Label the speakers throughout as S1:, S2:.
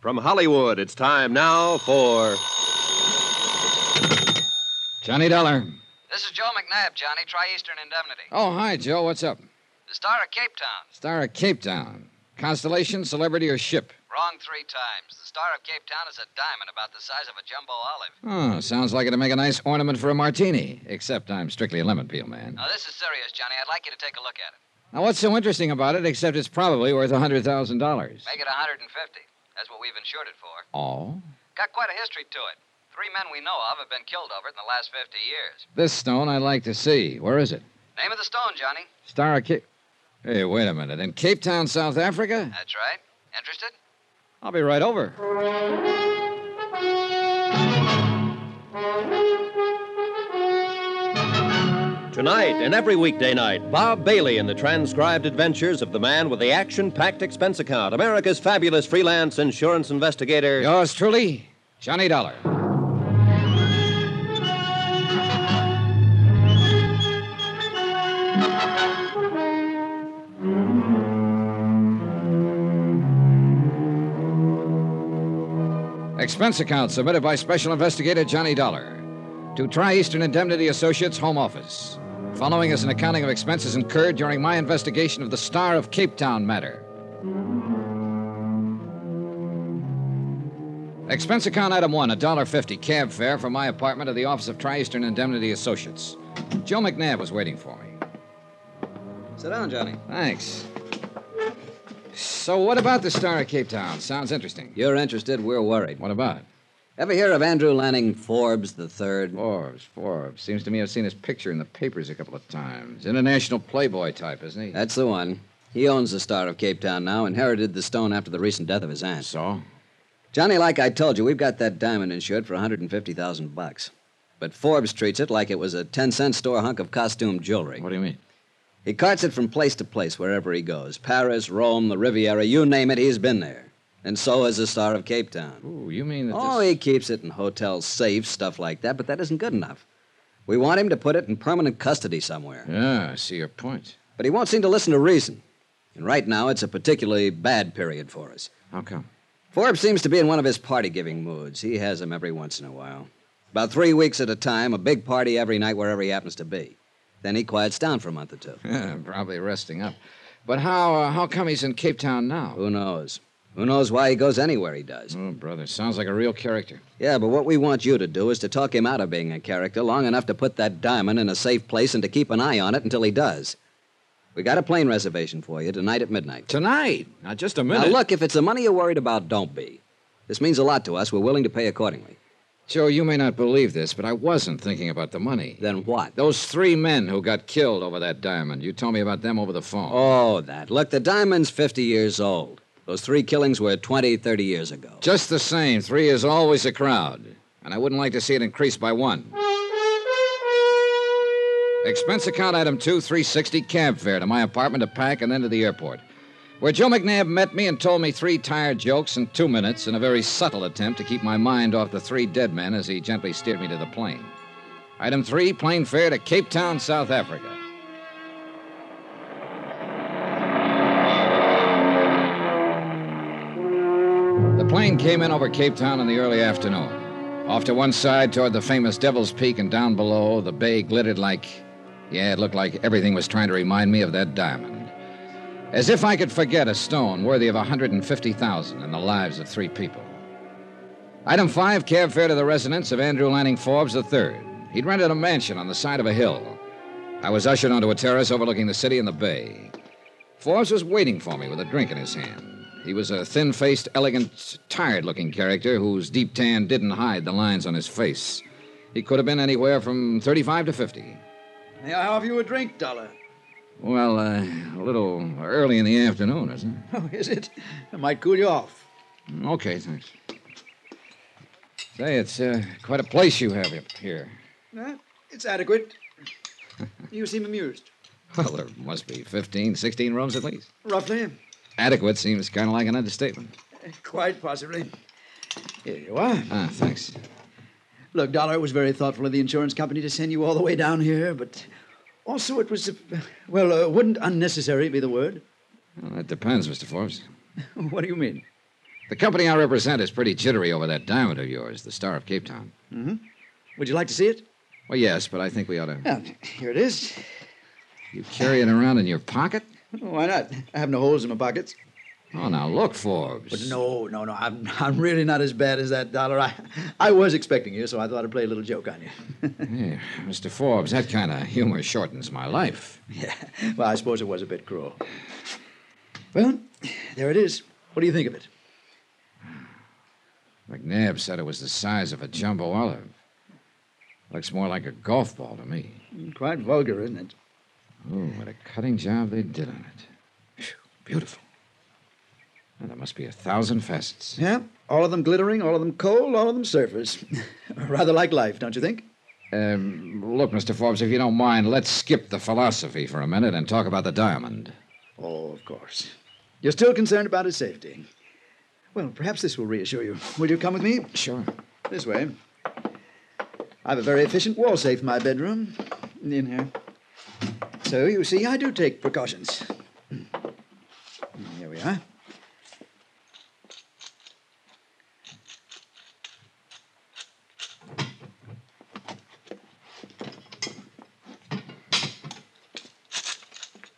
S1: From Hollywood, it's time now for.
S2: Johnny Dollar.
S3: This is Joe McNabb, Johnny, Tri Eastern Indemnity.
S2: Oh, hi, Joe. What's up?
S3: The star of Cape Town.
S2: Star of Cape Town. Constellation, celebrity, or ship?
S3: Wrong three times. The star of Cape Town is a diamond about the size of a jumbo olive.
S2: Oh, sounds like it'd make a nice ornament for a martini. Except I'm strictly a lemon peel man.
S3: Now, this is serious, Johnny. I'd like you to take a look at it.
S2: Now, what's so interesting about it, except it's probably worth a $100,000?
S3: Make it 150. That's what we've insured it for.
S2: Oh?
S3: Got quite a history to it. Three men we know of have been killed over it in the last 50 years.
S2: This stone I'd like to see. Where is it?
S3: Name of the stone, Johnny.
S2: Star of Cape. Hey, wait a minute. In Cape Town, South Africa?
S3: That's right. Interested?
S2: I'll be right over.
S1: Tonight and every weekday night, Bob Bailey in the transcribed adventures of the man with the action packed expense account, America's fabulous freelance insurance investigator.
S2: Yours truly, Johnny Dollar. Expense account submitted by Special Investigator Johnny Dollar to Tri Eastern Indemnity Associates Home Office. Following is an accounting of expenses incurred during my investigation of the Star of Cape Town matter. Expense account item one, $1.50 cab fare for my apartment at the office of Tri Eastern Indemnity Associates. Joe McNabb was waiting for me.
S3: Sit down, Johnny.
S2: Thanks. So, what about the Star of Cape Town? Sounds interesting.
S3: You're interested. We're worried.
S2: What about?
S3: Ever hear of Andrew Lanning Forbes III?
S2: Forbes, Forbes. Seems to me I've seen his picture in the papers a couple of times. International playboy type, isn't he?
S3: That's the one. He owns the Star of Cape Town now, inherited the stone after the recent death of his aunt.
S2: So?
S3: Johnny, like I told you, we've got that diamond insured for 150,000 bucks. But Forbes treats it like it was a 10 cent store hunk of costume jewelry.
S2: What do you mean?
S3: He carts it from place to place wherever he goes Paris, Rome, the Riviera, you name it, he's been there. And so has the Star of Cape Town.
S2: Ooh, you mean that
S3: Oh,
S2: this...
S3: he keeps it in hotel safes, stuff like that, but that isn't good enough. We want him to put it in permanent custody somewhere.
S2: Yeah, I see your point.
S3: But he won't seem to listen to reason. And right now, it's a particularly bad period for us.
S2: How come?
S3: Forbes seems to be in one of his party giving moods. He has them every once in a while. About three weeks at a time, a big party every night wherever he happens to be. Then he quiets down for a month or two.
S2: Probably resting up. But how uh, how come he's in Cape Town now?
S3: Who knows? Who knows why he goes anywhere he does?
S2: Oh, brother, sounds like a real character.
S3: Yeah, but what we want you to do is to talk him out of being a character long enough to put that diamond in a safe place and to keep an eye on it until he does. We got a plane reservation for you tonight at midnight.
S2: Tonight? Now, just a
S3: Now,
S2: minute.
S3: look, if it's the money you're worried about, don't be. This means a lot to us. We're willing to pay accordingly.
S2: Joe, you may not believe this, but I wasn't thinking about the money.
S3: Then what?
S2: Those three men who got killed over that diamond, you told me about them over the phone.
S3: Oh, that. Look, the diamond's 50 years old. Those three killings were 20, 30 years ago.
S2: Just the same, three is always a crowd, and I wouldn't like to see it increased by one. Expense account item two, three sixty cab fare to my apartment to pack and then to the airport, where Joe McNabb met me and told me three tired jokes in two minutes in a very subtle attempt to keep my mind off the three dead men as he gently steered me to the plane. Item three, plane fare to Cape Town, South Africa. The plane came in over Cape Town in the early afternoon. Off to one side toward the famous Devil's Peak, and down below, the bay glittered like. Yeah, it looked like everything was trying to remind me of that diamond. As if I could forget a stone worthy of 150,000 in the lives of three people. Item five, cab fare to the residence of Andrew Lanning Forbes III. He'd rented a mansion on the side of a hill. I was ushered onto a terrace overlooking the city and the bay. Forbes was waiting for me with a drink in his hand. He was a thin faced, elegant, tired looking character whose deep tan didn't hide the lines on his face. He could have been anywhere from 35 to 50.
S4: May I have you a drink, Dollar?
S2: Well, uh, a little early in the afternoon, isn't
S4: Oh, is it? It might cool you off.
S2: it? Okay, thanks. Say, it's uh, quite a place you have up here.
S4: Eh, it's adequate. You seem amused.
S2: Well, there must be 15, 16 rooms at least.
S4: Roughly?
S2: Adequate seems kind of like an understatement.
S4: Eh, Quite possibly. Here you are.
S2: Ah, thanks.
S4: Look, Dollar, it was very thoughtful of the insurance company to send you all the way down here, but also it was, uh, well, uh, wouldn't unnecessary be the word?
S2: Well, that depends, Mr. Forbes.
S4: what do you mean?
S2: The company I represent is pretty jittery over that diamond of yours, the Star of Cape Town.
S4: Would you like to see it?
S2: Well, yes, but I think we ought to.
S4: Yeah, here it is.
S2: You carry it around in your pocket?
S4: Why not? I have no holes in my pockets.
S2: Oh, now look, Forbes.
S4: But no, no, no. I'm, I'm really not as bad as that, Dollar. I, I was expecting you, so I thought I'd play a little joke on you.
S2: Hey, Mr. Forbes, that kind of humor shortens my life.
S4: yeah. Well, I suppose it was a bit cruel. Well, there it is. What do you think of it?
S2: McNabb said it was the size of a jumbo olive. Looks more like a golf ball to me.
S4: Quite vulgar, isn't it?
S2: Oh, what a cutting job they did on it. Phew, beautiful. Now, there must be a thousand facets.
S4: Yeah. All of them glittering, all of them cold, all of them surfers. Rather like life, don't you think?
S2: Um, look, Mr. Forbes, if you don't mind, let's skip the philosophy for a minute and talk about the diamond.
S4: Oh, of course. You're still concerned about his safety. Well, perhaps this will reassure you. Will you come with me?
S2: Sure.
S4: This way. I have a very efficient wall safe in my bedroom. In here. So, you see, I do take precautions. Here we are.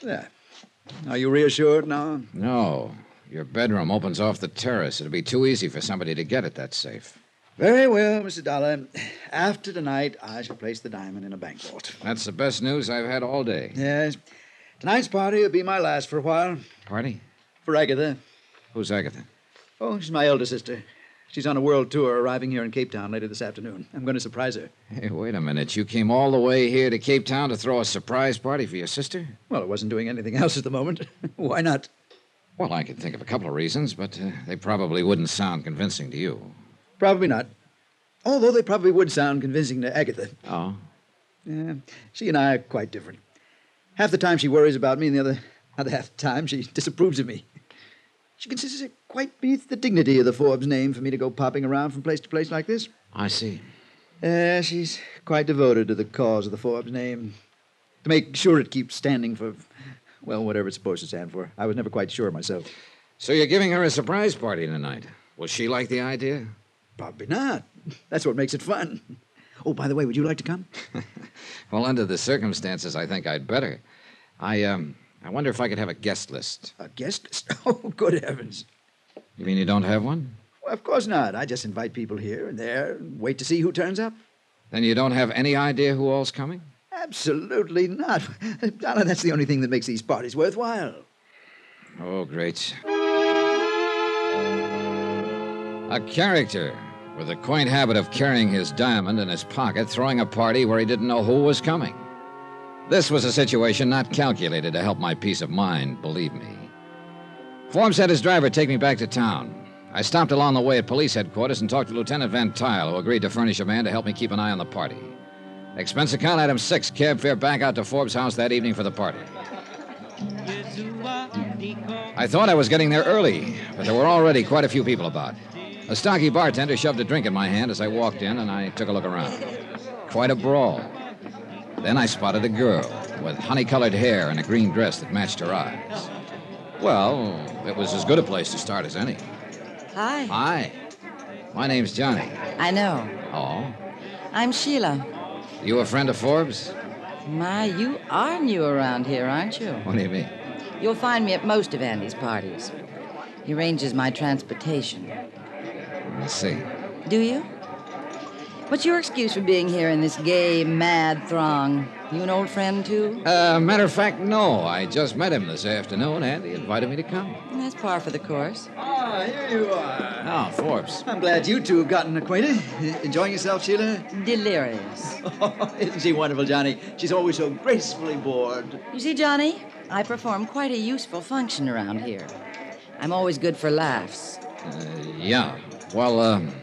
S4: There. Are you reassured now?
S2: No. Your bedroom opens off the terrace. It'd be too easy for somebody to get at that safe.
S4: Very well, Mr. Dollar. After tonight, I shall place the diamond in a bank vault.
S2: That's the best news I've had all day.
S4: Yes. Tonight's party will be my last for a while.
S2: Party?
S4: For Agatha.
S2: Who's Agatha?
S4: Oh, she's my elder sister. She's on a world tour arriving here in Cape Town later this afternoon. I'm going to surprise her.
S2: Hey, wait a minute. You came all the way here to Cape Town to throw a surprise party for your sister?
S4: Well, I wasn't doing anything else at the moment. Why not?
S2: Well, I can think of a couple of reasons, but uh, they probably wouldn't sound convincing to you.
S4: Probably not. Although they probably would sound convincing to Agatha.
S2: Oh?
S4: Yeah, she and I are quite different. Half the time she worries about me, and the other, other half the time she disapproves of me. She considers it quite beneath the dignity of the Forbes name for me to go popping around from place to place like this.
S2: I see.
S4: Uh, she's quite devoted to the cause of the Forbes name. To make sure it keeps standing for, well, whatever it's supposed to stand for. I was never quite sure myself.
S2: So you're giving her a surprise party tonight. Will she like the idea?
S4: Probably not. That's what makes it fun. Oh, by the way, would you like to come?
S2: Well, under the circumstances, I think I'd better. I, um, I wonder if I could have a guest list.
S4: A guest list? Oh, good heavens.
S2: You mean you don't have one?
S4: Well, of course not. I just invite people here and there and wait to see who turns up.
S2: Then you don't have any idea who all's coming?
S4: Absolutely not. Donna, that's the only thing that makes these parties worthwhile.
S2: Oh, great. A character with a quaint habit of carrying his diamond in his pocket, throwing a party where he didn't know who was coming. This was a situation not calculated to help my peace of mind, believe me. Forbes had his driver take me back to town. I stopped along the way at police headquarters and talked to Lieutenant Van Tyle, who agreed to furnish a man to help me keep an eye on the party. Expense account item six, cab fare back out to Forbes' house that evening for the party. I thought I was getting there early, but there were already quite a few people about. A stocky bartender shoved a drink in my hand as I walked in, and I took a look around. Quite a brawl. Then I spotted a girl with honey colored hair and a green dress that matched her eyes. Well, it was as good a place to start as any.
S5: Hi.
S2: Hi. My name's Johnny.
S5: I know.
S2: Oh.
S5: I'm Sheila.
S2: You a friend of Forbes?
S5: My, you are new around here, aren't you?
S2: What do you mean?
S5: You'll find me at most of Andy's parties. He arranges my transportation.
S2: Let's see.
S5: Do you? What's your excuse for being here in this gay, mad throng? You an old friend, too?
S2: Uh, matter of fact, no. I just met him this afternoon, and he invited me to come.
S5: That's par for the course.
S4: Ah, here you are.
S2: Oh, Forbes.
S4: I'm glad you two have gotten acquainted. Enjoying yourself, Sheila?
S5: Delirious.
S4: Oh, isn't she wonderful, Johnny? She's always so gracefully bored.
S5: You see, Johnny, I perform quite a useful function around here. I'm always good for laughs.
S2: Yeah. Well, um,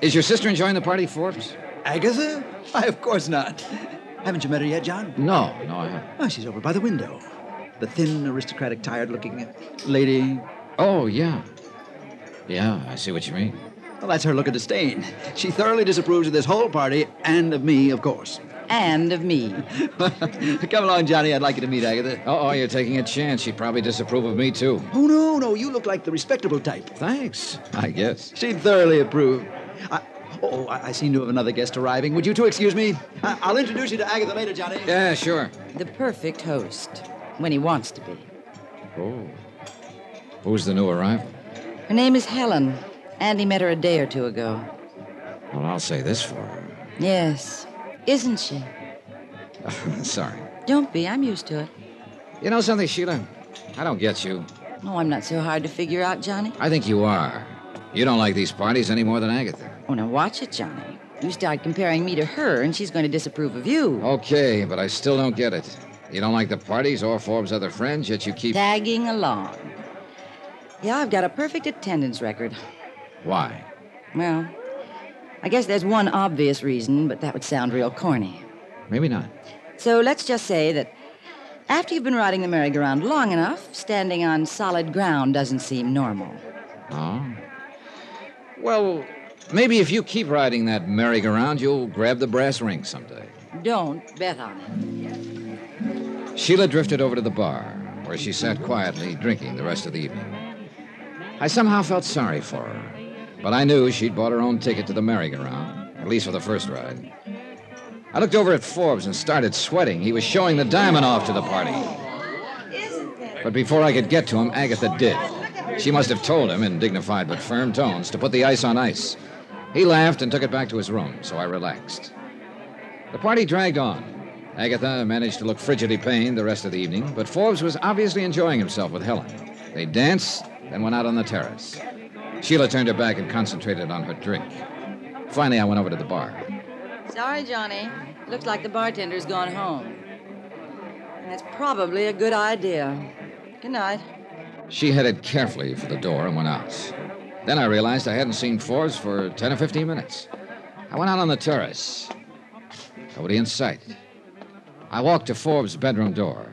S2: is your sister enjoying the party, Forbes?
S4: Agatha? Why, of course not. Haven't you met her yet, John?
S2: No, no, I haven't.
S4: Oh, she's over by the window. The thin, aristocratic, tired looking lady.
S2: Oh, yeah. Yeah, I see what you mean.
S4: Well, that's her look of disdain. She thoroughly disapproves of this whole party and of me, of course.
S5: and of me.
S4: Come along, Johnny. I'd like you to meet Agatha.
S2: Oh, oh, you're taking a chance. She'd probably disapprove of me, too.
S4: Oh, no, no. You look like the respectable type.
S2: Thanks, I guess.
S4: She thoroughly approved. I, oh, I, I seem to have another guest arriving. Would you two excuse me? I, I'll introduce you to Agatha later, Johnny.
S2: Yeah, sure.
S5: The perfect host, when he wants to be.
S2: Oh. Who's the new arrival?
S5: Her name is Helen. Andy met her a day or two ago.
S2: Well, I'll say this for her.
S5: Yes. Isn't she?
S2: Sorry.
S5: Don't be. I'm used to it.
S2: You know something, Sheila? I don't get you.
S5: Oh, I'm not so hard to figure out, Johnny.
S2: I think you are. You don't like these parties any more than Agatha.
S5: Oh, now watch it, Johnny. You start comparing me to her, and she's going to disapprove of you.
S2: Okay, but I still don't get it. You don't like the parties or Forbes' other friends, yet you keep.
S5: Tagging along. Yeah, I've got a perfect attendance record.
S2: Why?
S5: Well, I guess there's one obvious reason, but that would sound real corny.
S2: Maybe not.
S5: So let's just say that after you've been riding the merry-go-round long enough, standing on solid ground doesn't seem normal.
S2: Oh. Well, maybe if you keep riding that merry-go-round, you'll grab the brass ring someday.
S5: Don't bet on it.
S2: Sheila drifted over to the bar, where she sat quietly drinking the rest of the evening. I somehow felt sorry for her, but I knew she'd bought her own ticket to the merry-go-round, at least for the first ride. I looked over at Forbes and started sweating. He was showing the diamond off to the party. But before I could get to him, Agatha did. She must have told him, in dignified but firm tones, to put the ice on ice. He laughed and took it back to his room, so I relaxed. The party dragged on. Agatha managed to look frigidly pained the rest of the evening, but Forbes was obviously enjoying himself with Helen. They danced, then went out on the terrace. Sheila turned her back and concentrated on her drink. Finally, I went over to the bar.
S5: Sorry, Johnny. Looks like the bartender's gone home. And that's probably a good idea. Good night.
S2: She headed carefully for the door and went out. Then I realized I hadn't seen Forbes for 10 or 15 minutes. I went out on the terrace. Nobody in sight. I walked to Forbes' bedroom door.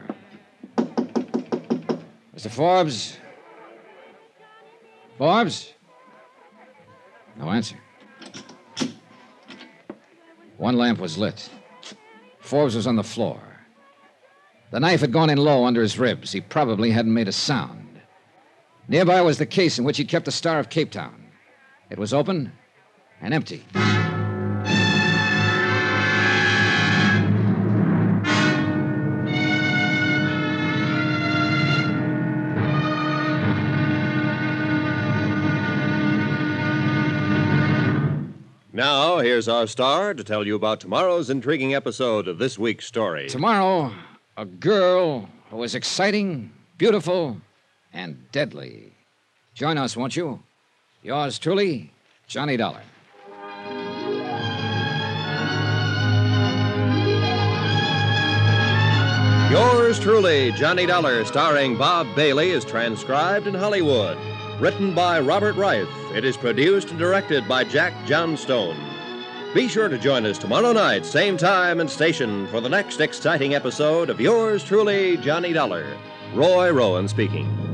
S2: Mr. Forbes? Forbes? No answer. One lamp was lit. Forbes was on the floor. The knife had gone in low under his ribs. He probably hadn't made a sound. Nearby was the case in which he'd kept the Star of Cape Town. It was open and empty.
S1: Now, here's our star to tell you about tomorrow's intriguing episode of this week's story.
S2: Tomorrow, a girl who is exciting, beautiful, and deadly. Join us, won't you? Yours truly, Johnny Dollar.
S1: Yours truly, Johnny Dollar, starring Bob Bailey, is transcribed in Hollywood. Written by Robert Reith, it is produced and directed by Jack Johnstone. Be sure to join us tomorrow night, same time and station, for the next exciting episode of Yours truly, Johnny Dollar. Roy Rowan speaking.